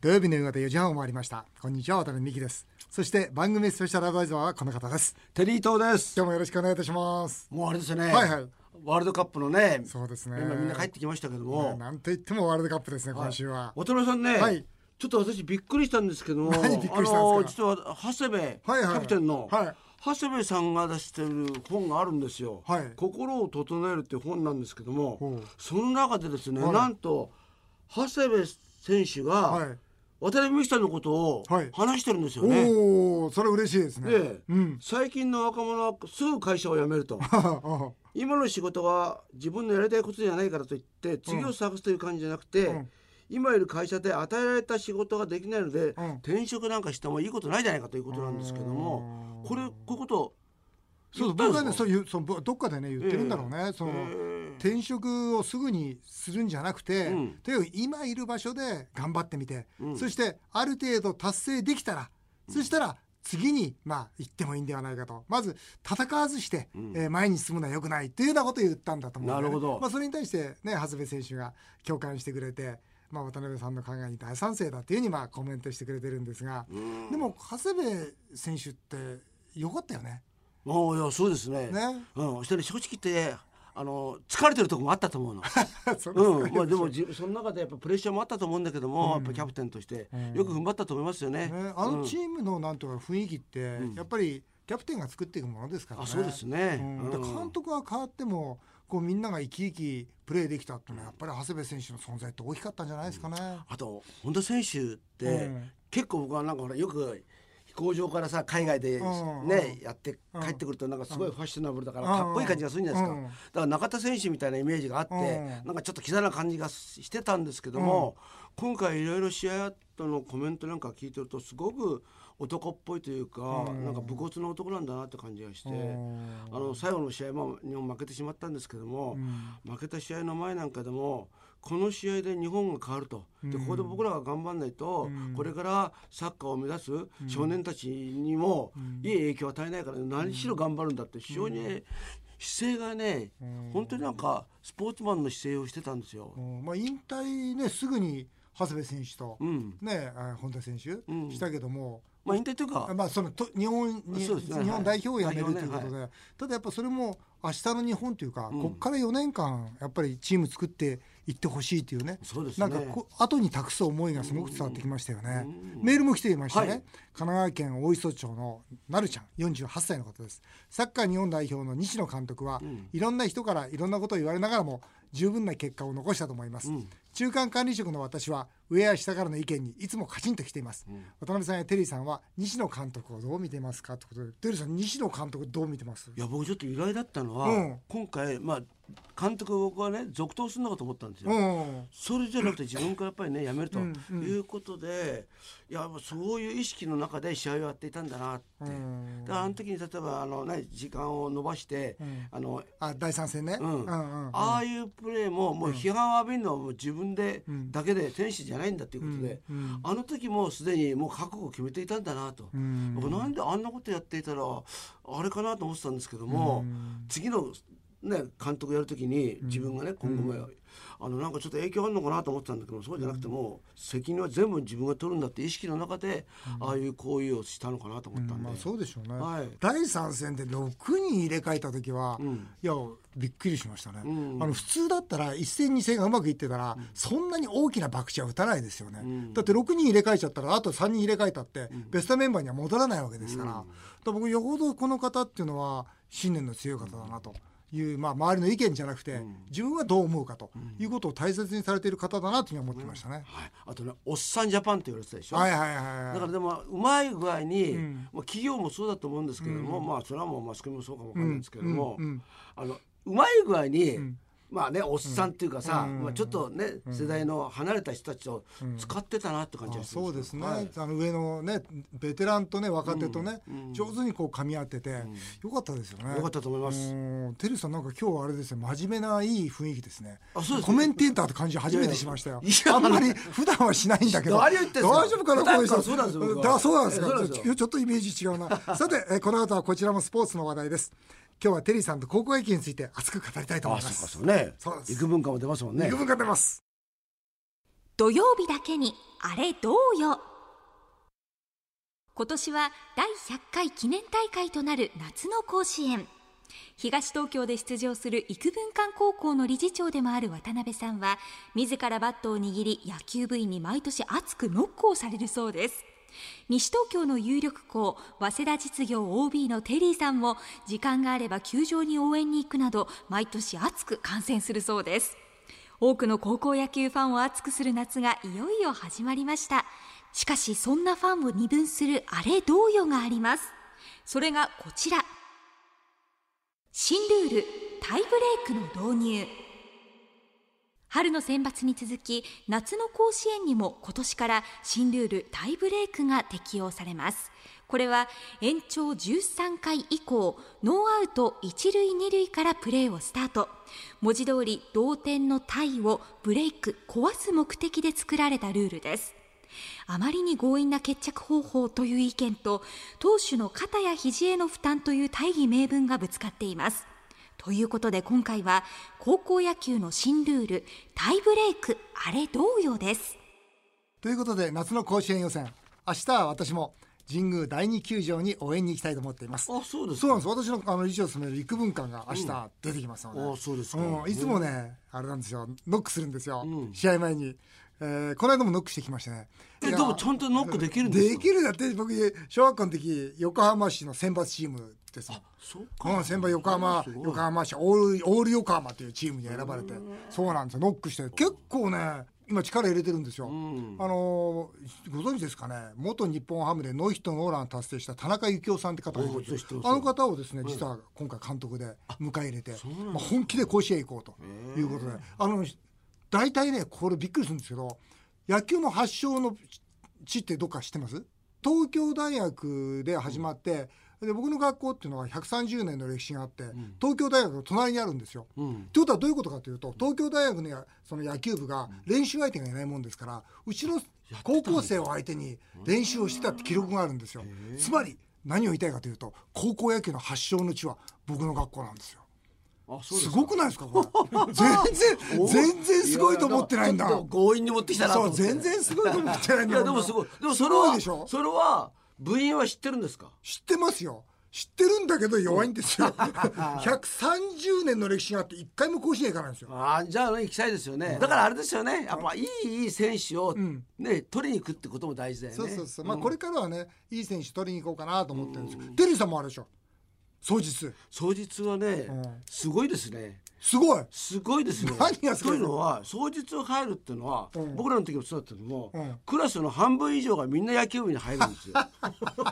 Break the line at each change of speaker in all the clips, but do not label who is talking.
土曜日の夕方4時半を回りましたこんにちは渡辺美希ですそして番組スペシャルアドバイザーはこの方です
テリー東です。
今日もよろしくお願いいたします
もうあれですよね。
はいはい
ワールドカップのね。
そうですね
今みんな帰ってきましたけども。
なんといってもワールドカップですね今週は、
渡辺さんね、
はい
ちょっと私びっくりしたんですけども、あ
何びっくりしたん
の
です
実は長谷部、
はいはい
キャプテンの、
はい
長谷部さんが出してる本があるんですよ。
はい
心を整えるっていう本なんですけど
ほ
も
う、
その中でですね、
はい
なんと長谷部選手が、
はい
渡辺美樹さんのことを
はい
話してるんですよね。
おおそれ嬉しいですね、
で、
うん
最近の若者はすぐ会社を辞めると今の仕事は自分のやりたいことじゃないからといって次を探すという感じじゃなくて、
うん
今いる会社で与えられた仕事ができないので、
うん
転職なんかしてもいいことないじゃないかということなんですけど も
うん
これこういうことを
そうそう
言
ど
っ
ったかで
んで
ね
すか
そういうそのどっかでね言ってるんだろうね、その、
え
転職をすぐにするんじゃなくて、
うん
とにかく今いる場所で頑張ってみて、
うん
そしてある程度達成できたら、そしたら次にまあ行ってもいいんではないかとまず戦わずして、
うん
えー前に進むのはよくないというようなことを言ったんだと思うんだよね
なるほど
まあ、それに対して、ね、長谷部選手が共感してくれて、まあ、渡辺さんの考えに大賛成だというふうにまあコメントしてくれてるんですが、
うん
でも長谷部選手ってよかったよね。
もういやそうですね
ね
うん、そしてね正直言ってあの疲れてるとこもあったと思うの。
そうですか
うんまあ、でもじその中でやっぱプレッシャーもあったと思うんだけども、やっぱキャプテンとしてよく踏ん張ったと思いますよね。
ね、あ
う
の
ん
チームのなんとか雰囲気って、やっぱりキャプテンが作っていくものですからね。
あそうですね
うん
うん
で監督が変わってもこうみんなが生き生きプレーできたっていうのはやっぱり長谷部選手の存在って大きかったんじゃないですかね。
あと本田選手って、
うん
結構僕はなんかほらよく飛行場からさ海外でね、
うんうん
やって帰ってくるとなんかすごいファッショナブルだから
うん
かっこいい感じがするんじゃないですか、
うん
だから中田選手みたいなイメージがあって、
うん
なんかちょっとキザな感じがしてたんですけども、今回いろいろ試合後のコメントなんか聞いてるとすごく男っぽいというか、
うん
なんか武骨な男なんだなって感じがして、
うん
あの最後の試合も日本負けてしまったんですけども、負けた試合の前なんかでもこの試合で日本が変わると、でここで僕らが頑張らないと、これからサッカーを目指す少年たちにもいい影響を与えないから、何しろ頑張るんだって非常に、姿勢がね、本当になんかスポーツマンの姿勢をしてたんですよ。
うんまあ、引退ねすぐに長谷部選手と、
うん
ねあ本田選手、
ん
したけども。
まあ、引退というか、
まあ、そのと日本に
そうですね
日本代表をやめると
はい
いうこと
代
で、
表
ただやっぱそれも明日の日本というか、
ん
ここから4年間やっぱりチーム作っていってほしいというね
そうです
な
ね
んかこう後に託す思いがすごく伝わってきましたよね、メールも来ていましたね、
はい
神奈川県大磯町のなるちゃん48歳の方ですサッカー日本代表の西野監督は、いろんな人からいろんなことを言われながらも十分な結果を残したと思います、中間管理職の私は上や下からの意見にいつもカチンときています、渡辺さんやテリーさんは西野監督をどう見てますかってことでテリーさん西野監督どう見てます
いや僕ちょっと意外だったのは、
うん
今回、まあ、監督僕はね続投するのかと思ったんですよ。
うん
それじゃなくて自分からやっぱりねやめると
うんうん
いうことで、いやそういう意識の中で試合をやっていたんだなって、
うん
だからあの時に例えばあの、ね、時間を延ばして、
ん
あの
あ第三戦ね、
うん
うんうん
ああいうプレーももう批判を浴びるのはもう自分で、だけで天使じゃないんだということで、
うんうん
あの時もうすでにもう覚悟を決めていたんだなと、
ん
僕なんであんなことやっていたらあれかなと思ってたんですけども、次の、ね、監督やる時に自分がね今後も、あのなんかちょっと影響あるのかなと思ってたんだけどそうじゃなくてもう責任は全部自分が取るんだって意識の中で、ああいう行為をしたのかなと思ったんで、
まあそうでしょうね、
はい
第三戦で6人入れ替えた時は、いやびっくりしましたね、
ん
あの普通だったら1戦2戦がうまくいってたら、そんなに大きな博打は打たないですよね、だって6人入れ替えちゃったらあと3人入れ替えたって、ベストメンバーには戻らないわけですから,、だから僕よほどこの方っていうのは信念の強い方だなと。いうまあ、周りの意見じゃなくて、自分はどう思うかということを大切にされている方だなというふうに思ってましたね。
はい、あとね「おっさんジャパン」って言われてたでしょ。
はいはいはいはい。
だからでもうまい具合に、まあ、企業もそうだと思うんですけども、まあそれはもうマスコミもそうかもわかんないですけども、あのうまい具合に、まあねおっさんっていうかさ、まあ、ちょっとね、世代の離れた人たちを使ってたなって感じが
あ
しますね
そうですね、
はい
あの上のねベテランとね若手とね、上手にこう噛み合ってて、よかったですよね
よかったと思います
うんテルさんなんか今日はあれですね真面目ないい雰囲気ですね
あそうです
コメンテーターって感じ初めてしましたよ
いやいや
あんまり普段はしないんだけど
何言ってんすか
大丈夫かな
普段
この人
からそうなんですよ僕は
だそうなんですか
えそうなんですよ
ちょちょっとイメージ違うな さてえこの後はこちらもスポーツの話題です今日はテリーさんと高校野球について熱く語りたいと思
あ
いま
そうか
す
そうね
そうです
幾分間も出ますもんね
幾分か出ます
土曜日だけにあれどうよ今年は第100回記念大会となる夏の甲子園東東京で出場する幾分間高校の理事長でもある渡辺さんは自らバットを握り野球部員に毎年熱くノックをされるそうです西東京の有力校早稲田実業 OB のテリーさんも時間があれば球場に応援に行くなど毎年熱く観戦するそうです多くの高校野球ファンを熱くする夏がいよいよ始まりましたしかしそんなファンを二分するあれ同様がありますそれがこちら新ルールタイブレークの導入春の選抜に続き夏の甲子園にも今年から新ルールタイブレークが適用されますこれは延長13回以降ノーアウト1塁2塁からプレーをスタート文字通り同点のタイをブレイク壊す目的で作られたルールですあまりに強引な決着方法という意見と投手の肩や肘への負担という大義名分がぶつかっていますということで今回は高校野球の新ルールタイブレイクあれ同様です
ということで夏の甲子園予選明日は私も神宮第二球場に応援に行きたいと思っています
あそうです
そうなんです私のあの理事を務める陸文館が明日出てきますので、
あそうですか、
うんいつもねあれなんですよノックするんですよ、
うん
試合前に、えーこの間もノックしてきましたね
え
いや
でもちゃんとノックできるんです
で
か
きるだって僕小学校の時横浜市の選抜チームですもん
そう
う
か
ん、先輩横浜
すごい
横浜市オールオール横浜というチームに選ばれてそうなんですよノックして結構ね今力入れてるんですよ、
ん
あのーご存知ですかね元日本ハムでノーヒットノーラン達成した田中幸雄さんって方がいるんです
おー知ってます知ってます
あの方をですね実は今回監督で迎え入れて、
なんだ
まあ、本気で甲子園行こうということで、あの大体ねこれびっくりするんですけど野球の発祥の地ってどっか知ってます東京大学で始まって、で僕の学校っていうのは130年の歴史があって、東京大学の隣にあるんですよ。
うん
ということはどういうことかというと東京大学のやその野球部が練習相手がいないもんですからうちの高校生を相手に練習をしてたって記録があるんですよ。つまり何を言いたいかというと高校野球の発祥の地は僕の学校なんですよ。
あそうで
す
すか
ごくないですかこ れ全然全然すごいと思ってないんだ
ややちょっと強引に持ってきたなと
そ
思
う
って
全然すごいと思ってないん
い
だ
や
ん
で
な
もすごいでもそれは
すごいでしょ
それは部員は知ってるんですか
知ってますよ知ってるんだけど弱いんですよ 130年の歴史があって一回も甲子園行かないんですよ
あーじゃあね行きたいですよね、だからあれですよねやっぱいいいい選手を、
ん
ね取りに行くってことも大事だよね
そうそうそう、まあこれからはねいい選手取りに行こうかなと思ってるんですよテリーさんもあれでしょ双日
双日はね、
ん
すごいですね
すごい
すごいですよ
何がすごい
というのは双日を入るっていうのは、
ん
僕らの時もそうだったけども、
うん
クラスの半分以上がみんな野球部に入る んですよ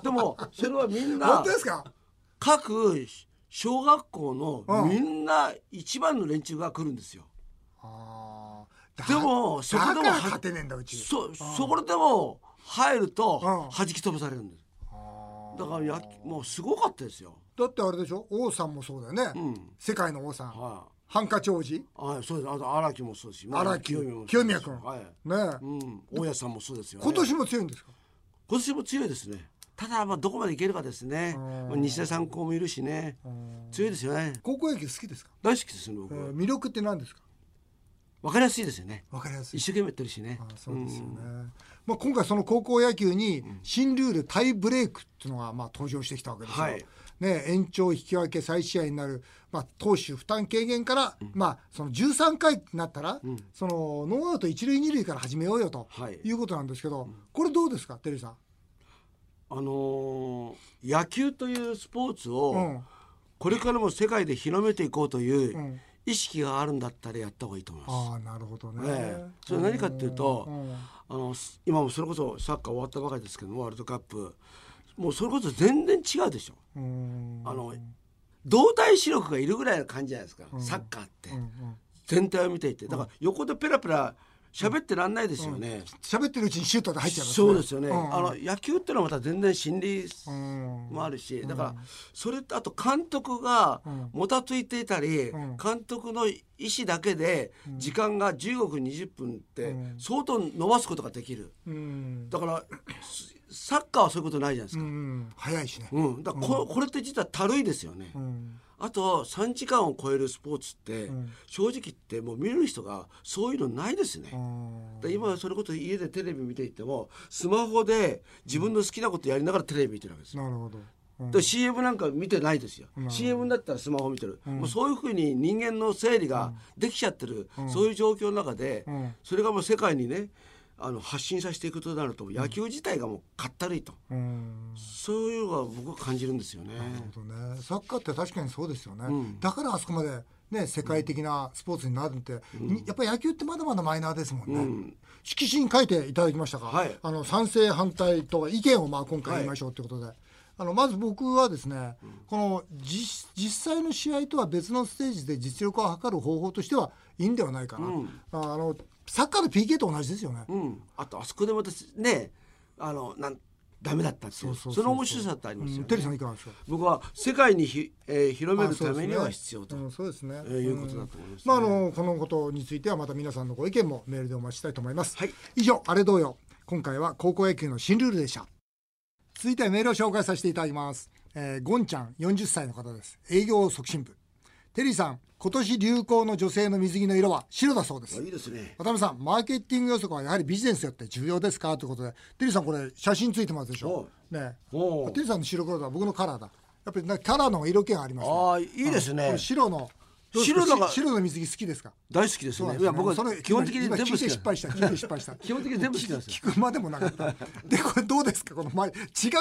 でもそれはみん
本
な
当ですか
各小学校
う
の
ん
みんな一番の連中が来るんですよ、
あー
でも
だ
そこでも
だから勝てねえんだうち
そそこでも入ると
うん
弾き飛ばされるんです
あー
だからやもうすごかったですよ
だってあれでしょ王さんもそうだよね、
うん
世界の王さん、
は
ハンカチ王子
いはいそうですあと荒木もそうですしまあ
荒木
も
清宮君
はい
ねえ、
うん大家さんもそうですよね
今年も強いんですか
今年も強いですねただまあどこまでいけるかですね
うん
まあ西田三高もいるしね強いですよね
高校野球好きですか、
大好きですね
え
僕
ー魅力って何ですか
わかりやすいですよね
わかりやすい
一生懸命やってるしね
あそうですよね、まあ、今回その高校野球に新ルールタイブレークっていうのがまあ登場してきたわけですよ、
はい
ね、延長引き分け再試合になる、まあ、投手負担軽減から、まあ、その13回になったら、そのノーアウト一塁二塁から始めようよと
はい
いうことなんですけど、これどうですかテリーさん。
あのー野球というスポーツ
う
を
ん
これからも世界で広めていこうという
うん
意識があるんだったらやった方がいいと思います。
ああなるほどね。
ええそれ何かっていうと
うんうん
あのす今もそれこそサッカー終わったばかりですけどもワールドカップもうそれこそ全然違うでしょ。
うん
あの動体視力がいるぐらいの感じじゃないですか、サッカーって、全体を見ていてだから横でペラペラ喋ってらんないですよね、
喋ってるうちにシュートで入っちゃいますね
そうですよね、
うん
あの野球ってのはまた全然心理
うん
もあるし、だからそれとあと監督が
ん
もたついていたり、
ん
監督の意思だけで時間が15分20分って
うん
相当伸ばすことができる
うん
だからすサッカーはそういうことないじゃないです
う
か、
ん早いしね。
うんだからこ,、これって実はたるいですよね、
うん
あと3時間を超えるスポーツって、
ん
正直言ってもう見る人がそういうのないですね、
うん
だから今はそれこそ家でテレビ見ていてもスマホで自分の好きなことやりながらテレビ見てるわけですよ
なるほど、うん
で CM なんか見てないですよ、
ん
CM だったらスマホ見てる、もうそういうふうに人間の整理ができちゃってる、そういう状況の中で、
うん
それがもう世界にねあの発信させていくことになると野球自体がもうかったるいと、
うん
そういうのは僕は感じるんですよね。
なるほどねサッカーって確かにそうですよね、
うん
だからあそこまでね世界的なスポーツになるって、にやっぱり野球ってまだまだマイナーですもんね、
うん
色紙に書いていただきましたが、
はい
あの賛成反対と意見をまあ今回言いましょうということで、あのまず僕はですね、この実実際の試合とは別のステージで実力を測る方法としてはいいんではないかな、
うん
あのサッカーの PK と同じですよね、
うん、あとあそこでまたねあのなんダメだったってい
そ
うそう
そうそうそう
の面白さってありますよ
うん
ね。
テリーさんいかがでしょう
僕は世界にひ、えー広め
あ
る
そう
た
です
め
ね
には必要と、
うんそうですね、
えーいうことだと思います
ま
ね
ああのこのことについてはまた皆さんのご意見もメールでお待ちしたいと思います、
はい
以上あれ同様今回は高校野球の新ルールでした続いてメールを紹介させていただきます、えー、ゴンちゃん40歳の方です営業促進部テリーさん今年流行の女性の水着の色は白だそうです
いいですね。
渡辺さんマーケティング予測はやはりビジネスよって重要ですかということでテリーさんこれ写真ついてますでしょね
おう
テリーさんの白黒だ僕のカラーだやっぱりなんかカラーの方が色気がありますね
ああいいです
こ
ね
れ。白のどうです
白だが
し白の水着好きですか
大好きです
そうなん
ね。
で
い
すね
や僕
そ
は
れ
基本的に
今
全部
聞
好
いて
き
失敗した聞いて失敗した
基本的に全部好きなんですよ。
聞くまでもなかったでこれどうですかこの前違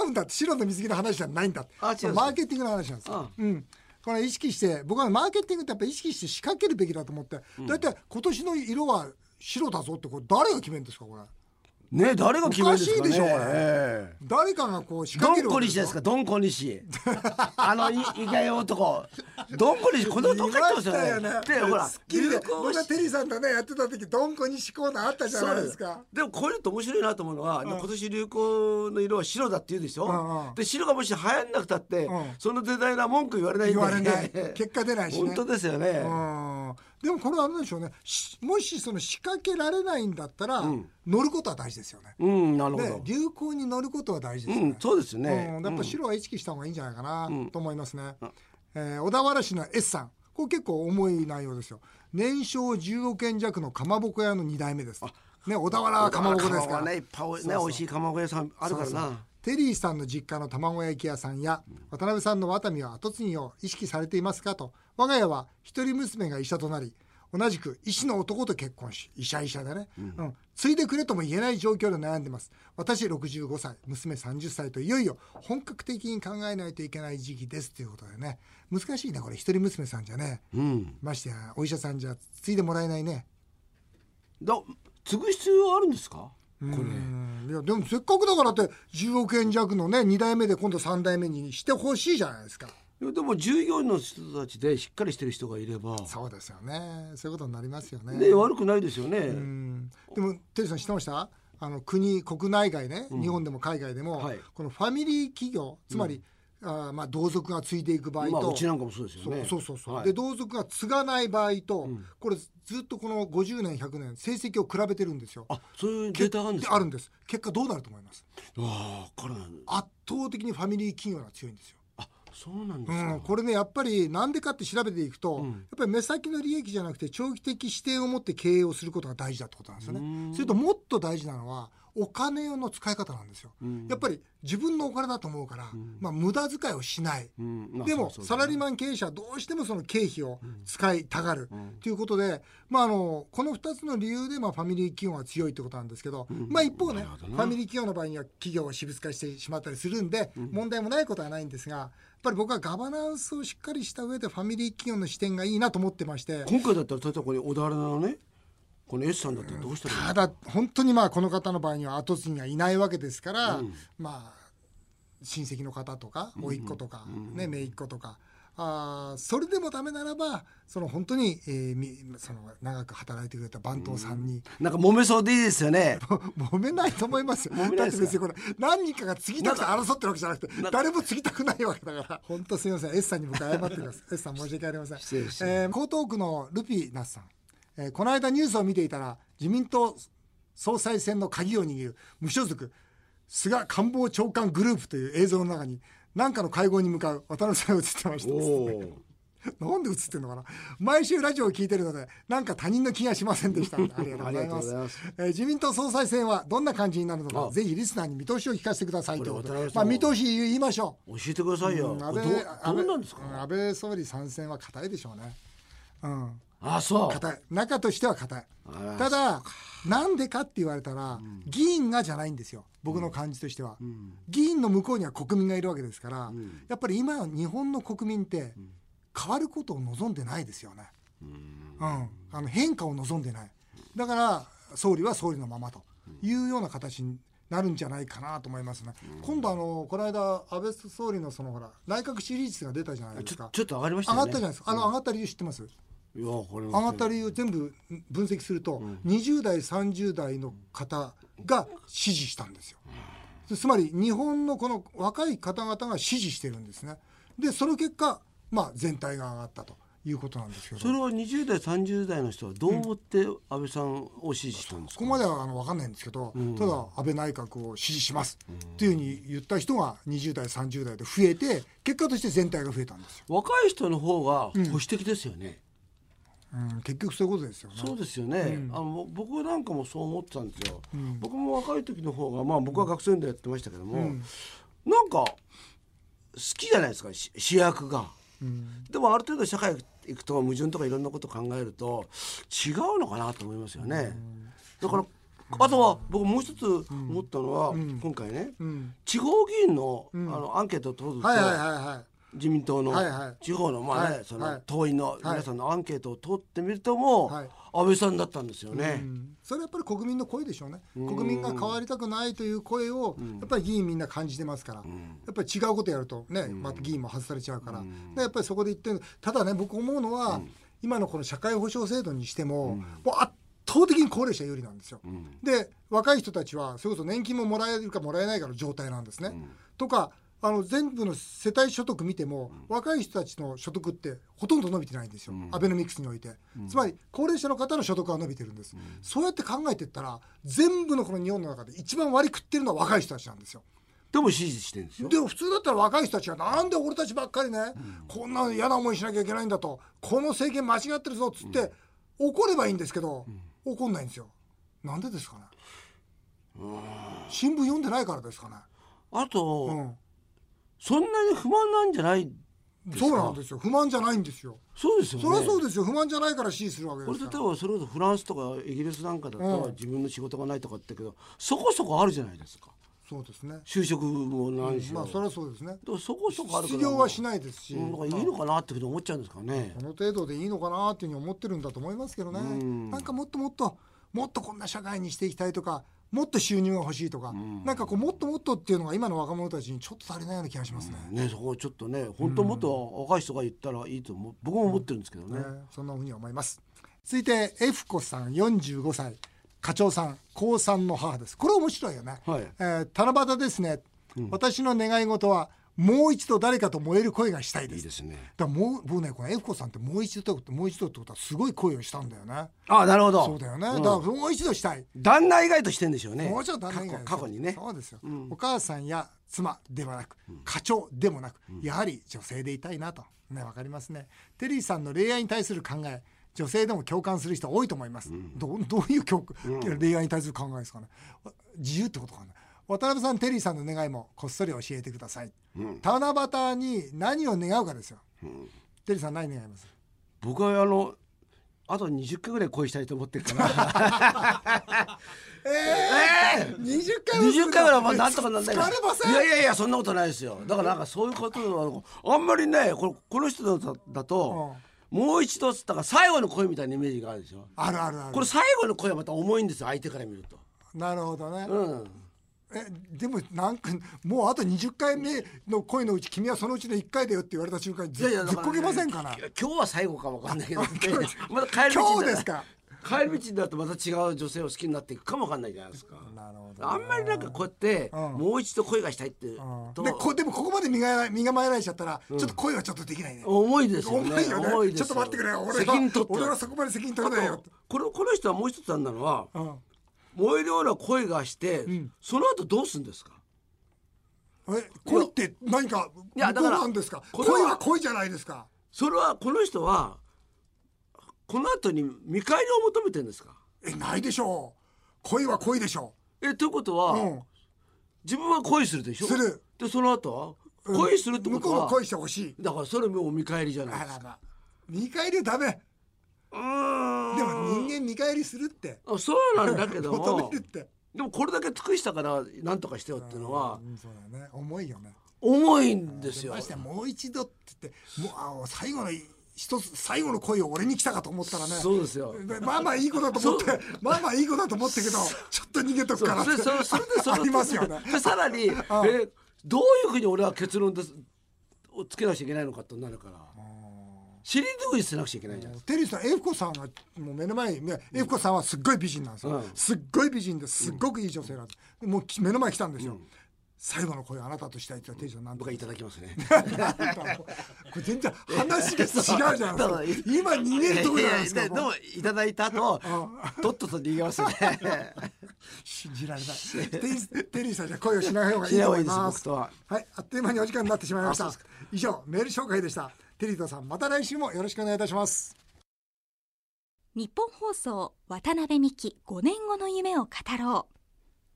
うんだって白の水着の話じゃないんだって
あ違うんですか
マーケティングの話なんです
ああ
うんこれ意識して僕はマーケティングってやっぱ意識して仕掛けるべきだと思ってだいたい今年の色は白だぞってこれ誰が決めるんですかこれ
ね誰が決めるんですかね。
おかしいでしょうこれ
ええ
誰かがこう仕
ド
掛け
ン
る
コ
わけ
リシですかドンコ リシ。あのいイケ男。ドンコリシこのどっか行ってますよね。でほら
スッキリで
流行
僕がテリーさんとねやってた時どんこにしコーナーあったじゃ
そ
ない
うで
ですすか
でもこういうのって面白いなと思うのは、今年流行の色は白だって言うでしょ、
うんうん
で白がもし流行んなくたって、
うん
そのデザイナー文句言われないんで
言われない結果出ないしね
本当ですよね、
うんでもこれはあれなんでしょうねしもしその仕掛けられないんだったら、乗ることは大事ですよね
うん、なるほ
ね
ど、
流行に乗ることは大事ですよ
う
ね、
んそうですね、
うんやっぱ白は意識した方がいいんじゃないかなと思いますね、えー小田原市の S さんこれ結構重い内容ですよ年商10億円弱のかまぼこ屋の2代目ですね小田原はかまぼこです
か
からら
ねいっぱいおね美味しい卵屋さんあるからな
そうそうテリーさんの実家の卵焼き屋さんや渡辺さんのワタミは跡継ぎを意識されていますかと我が家は一人娘が医者となり同じく医師の男と結婚し医者医者でね、うん、継いでくれとも言えない状況で悩んでます私65歳娘30歳といよいよ本格的に考えないといけない時期ですということでね難しいねこれ一人娘さんじゃね
うん
ましてやお医者さんじゃ継いでもらえないね
だ継ぐ必要あるんですかこれ
うんいやでもせっかくだからって10億円弱のね2代目で今度3代目にしてほしいじゃないですか
いやでも従業員の人たちでしっかりしてる人がいれば
そうですよねそういうことになりますよね
ね悪くないですよね、
うんでもテリーさん知ってましたあの国国内外ね、日本でも海外でも、
はい
このファミリー企業つまり、あーまあ、同族が継いでいく場合と、
まあうちなんかもそうですよ
そう
ね
そうそうそう、
はい
で同族が継がない場合と、これずっとこの50年100年成績を比べてるんですよ
あそういうデータがあるんですか
あるんです結果どうなると思います
ああからない
圧倒的にファミリー企業が強いんですよ
あそうなんですか、
うん、これねやっぱりなんでかって調べていくと、や
ん
っぱり目先の利益じゃなくて長期的視点を持って経営をすることが大事だってことなんですよね。それともっと大事なのはお金の使い方なんですよ。
ん
やっぱり自分のお金だと思うから、まあ、無駄遣いをしない。
うんまあ
でも
そうそう
サラリーマン経営者はどうしてもその経費を使いたがるということで、まあ、あのこの2つの理由でまあファミリー企業が強いということなんですけど、まあ、一方ね
なるほど
フ
な
ァミリー企業の場合には企業を私物化してしまったりするんで問題もないことはないんですがやっぱり僕はガバナンスをしっかりした上でファミリー企業の視点がいいなと思ってまして。
今回だったら例えばこれ小田原のねこの S さんだったらどうしたらいいの
ただ本当にまあこの方の場合には後継ぎがいないわけですから、まあ親戚の方とか甥っ子とか、ね姪っ子とかあーそれでもダメならばその本当に、えーみその長く働いてくれた番頭さんに、
なんか揉めそうでいいです よね
揉めないと思いますよ
揉め
だ
な
っ
い
て
ですか
別にこれ何人かが継ぎたくて争ってるわけじゃなくて誰も継ぎたくないわけだから本当すみません S さんに僕謝って ます S さん申し訳ありません
失礼し
えー江東区のルピーナスさん、えーこの間ニュースを見ていたら自民党総裁選の鍵を握る無所属菅官房長官グループという映像の中に何かの会合に向かう渡辺さんが映ってました
おお
なんで映ってんのかな毎週ラジオを聞いてるのでなんか他人の気がしませんでした ありがとうございます
ありがとうございます
えー自民党総裁選はどんな感じになるのか
あ
ぜひリスナーに見通しを聞かせてくださいということ
これ
で
渡辺、
ま
さ
あ、
んは
見通し言いましょう
教えてくださいよ、
うん
これどう
安
ど
倍
うなんですか
う安倍総理参戦は硬いでしょうねうん
あそう
硬い中としては硬い
あら
ただなんでかって言われたら、議員がじゃないんですよ僕の感じとしては、議員の向こうには国民がいるわけですから、やっぱり今日本の国民って変わることを望んでないですよね、うんあの変化を望んでないだから総理は総理のままというような形になるんじゃないかなと思いますね、今度あのこの間安倍総理のそのほら内閣支持率が出たじゃないです
ちょ
か
ちょっと上がりました
上が
よね
ったじゃないですかあの上がった理由知ってます、
いやこれ
上がった理由全部分析すると、20代30代の方が支持したんですよ、つまり日本のこの若い方々が支持してるんですねでその結果、まあ、全体が上がったということなんですけど
それは20代30代の人はどう思って安倍さんを支持したんです
ここ
か、
まではあの分かんないんですけど、ただ安倍内閣を支持しますというふうに言った人が20代30代で増えて結果として全体が増えたんですよ、
若い人の方が保守的ですよね、
うん、結局そういうことですよね
そうですよね、あのぼ僕なんかもそう思ってたんですよ、僕も若い時の方がまあ僕は学生運動やってましたけども、なんか好きじゃないですかし主役が、でもある程度社会行くと矛盾とかいろんなこと考えると違うのかなと思いますよね、だからあとは僕もう一つ思ったのは、今回ね、地方議員の,、あのアンケートを取ると、
はいはいはいはい
自民党の
はいはい
地方のまあね、
はい
そ
は
の
い
党員の皆さんのアンケートを取ってみるともう
はい
安倍さんだったんですよね。
それはやっぱり国民の声でしょうね、国民が変わりたくないという声を、やっぱり議員みんな感じてますから、やっぱり違うことやるとね、また議員も外されちゃうから、でやっぱりそこで言ってる、ただね、僕思うのは、今のこの社会保障制度にしても、もう圧倒的に高齢者有利なんですよ。で、若い人たちは、それこそ年金ももらえるかもらえないかの状態なんですね。とかあの全部の世帯所得見ても、若い人たちの所得ってほとんど伸びてないんですよ、アベノミクスにおいて、つまり高齢者の方の所得は伸びてるんです、そうやって考えていったら全部のこの日本の中で一番割り食ってるのは若い人たちなんですよ
でも支持してるんですよ。
でも普通だったら若い人たちがなんで俺たちばっかりね、こんな嫌な思いしなきゃいけないんだとこの政権間違ってるぞっつって、怒ればいいんですけど、怒んないんですよなんでですかね新聞読んでないからですかね、
あと、
うん、
そんなに不満なんじゃないですか
そうなんですよ不満じゃないんですよ
そうですよね。
そりゃそうですよ不満じゃないから支持するわけで
これ
す
で
から
多分それこそフランスとかイギリスなんかだと
うん
自分の仕事がないとかってけどそこそこあるじゃないですか
そうですね
就職もないし、
まあそりゃそうですね
でもそこそこあるか
失
ら
業はしないですし、
うんなんかいいのかなってふうに思っちゃうんですかね
こ、の程度でいいのかなっていうふうに思ってるんだと思いますけどね、なんかもっともっともっとこんな社会にしていきたいとかもっと収入が欲しいとか、なんかこうもっともっとっていうのが今の若者たちにちょっと足りないような気がしますね,ね、
ねそこちょっとね本当もっと若い人が言ったらいいと思う僕も思ってるんですけどね、
そんなふうに思います続いて F 子さん45歳課長さん高3の母ですこれ面白いよね、
はい
えー七夕ですね、私の願い事はもう一度誰かと燃える恋がしたいで
いい
す
ですね
だからもう僕ねこの F 子さんってもう一度ってもう一度ってことはすごい恋をしたんだよね
あなるほど
そうだよね、
ん
だからもう一度したい
旦那以外としてんでしょうね
もうちょっとダメ以外
過去過去にね
そうですよ、お母さんや妻ではなく課長でもなく、やはり女性でいたいなとねわかりますねテリーさんの恋愛に対する考え女性でも共感する人多いと思います、どうどういう共恋愛に対する考えですかね自由ってことかな渡辺さんテリーさんの願いもこっそり教えてください、七夕に何を願うかですよ、テリーさん何願います
僕はあのあと20回ぐらい恋したいと思ってるから
20
20回ぐらいまあなんとかなんな
疲
い
れません
いやいやいやそんなことないですよだからなんかそういうことはあんまりねこのこの人だだと、もう一度っつったから最後の恋みたいなイメージがあるでしょ
あるあるある
これ最後の恋はまた重いんですよ相手から見ると
なるほどね、
うん
えでもなんかもうあと20回目の恋のうち君はそのうちの1回だよって言われた瞬間にず
いやいや
ずっこけませんかな
だらね今日は最後かもわかんないけど、ね、 また帰り道
今日
に
ですか
帰り道になるとまた違う女性を好きになっていくかもわかんないじゃないですか
なるほどね
あんまりなんかこうやって、もう一度恋がしたいって、と
でこでもここまで身が身構えられちゃったら、ちょっと恋はちょっとできないね
重いですよね
重いよね
です
ちょっと待ってくれよ俺
責任取
は
って
俺はそこまで責任取れないよ
このこの人はもう一つなんなのは、
ん
燃えるような恋がして、その後どうするんですか
え恋って何か
いや
どうなんですか
これは
恋は恋じゃないですか
それはこの人はこの後に見返りを求めてるんですか
えないでしょう恋は恋でしょ
えということ
う、
は、
うん、
自分は恋するでしょ
する
でその後は恋するってこ
向
と
こう
は、
が恋してほしい
だからそれもお見返りじゃない
あ
です
ら
か
ま見返りはダメ
うーん
でも人間見返りするって
あそうなんだけど
求
も
めるって
でもこれだけ尽くしたから何とかしてよっていうのは
うんそうだよね重いよね
重いんですよ
ましてもう一度って言ってもうあ最後の一つ最後の恋を俺に来たかと思ったらね
そうですよ
でまあまあいい子だと思ってまあまあいい子だと思ってけどちょっと逃げとく
そう
からって
それそれそれで そ
あ
の
りますよね
でさらにえどういうふうに俺は結論ですをつけなくちゃいけないのかとなるから尻拭いせなくちゃいけないじゃないです
テリーさん、エフコさんはもう目の前にね、エフコさんはすっごい美人なんですよ。
うん
すっごい美人です。すっごくいい女性なんです。もうき目の前に来たんですよ。最後の声あなたとしたいって言ったらテリーさんなん
か
と
僕
か
はいただ
言っ
きますね
たらこれ全然話が違うじゃ
だか
な
ら
いですか。今逃げるとこじゃないです
い
か。
やいやで
もう
もいただいた後とっとと逃 げますね
信じら れない。テリーテリーさんじゃ声をしない方がい
し
い
ない
と
方が
思
い
い
いです
ま
僕
す。
とは
はい、あっという間にお時間になってしまいまし
あ
た
そう。
以上、メール紹介でした。テリーさん、また来週もよろしくお願いいたします。
日本放送渡辺美希5年後の夢を語ろう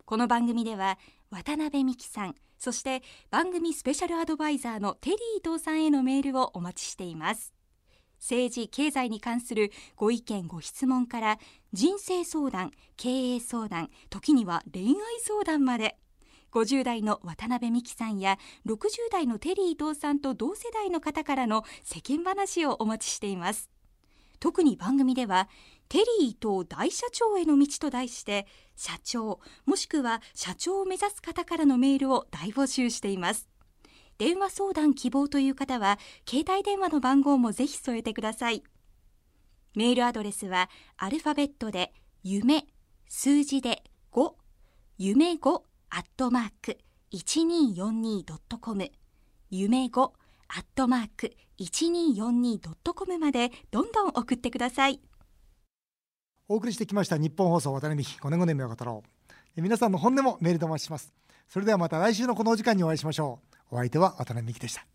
この番組では渡辺美希さんそして番組スペシャルアドバイザーのテリー伊藤さんへのメールをお待ちしています政治経済に関するご意見ご質問から人生相談経営相談時には恋愛相談まで50代の渡辺美希さんや60代のテリー伊藤さんと同世代の方からの世間話をお待ちしています特に番組では「テリー伊藤大社長への道」と題して社長もしくは社長を目指す方からのメールを大募集しています電話相談希望という方は携帯電話の番号もぜひ添えてくださいメールアドレスはアルファベットで夢数字で5夢5アットマーク 1242.com 夢5アットマーク 1242.com までどんどん送ってください
お送りしてきました日本放送渡辺美希5年5年目を語ろうえ皆さんの本音もメールでお待ちしますそれではまた来週のこのお時間にお会いしましょうお相手は渡辺美希でした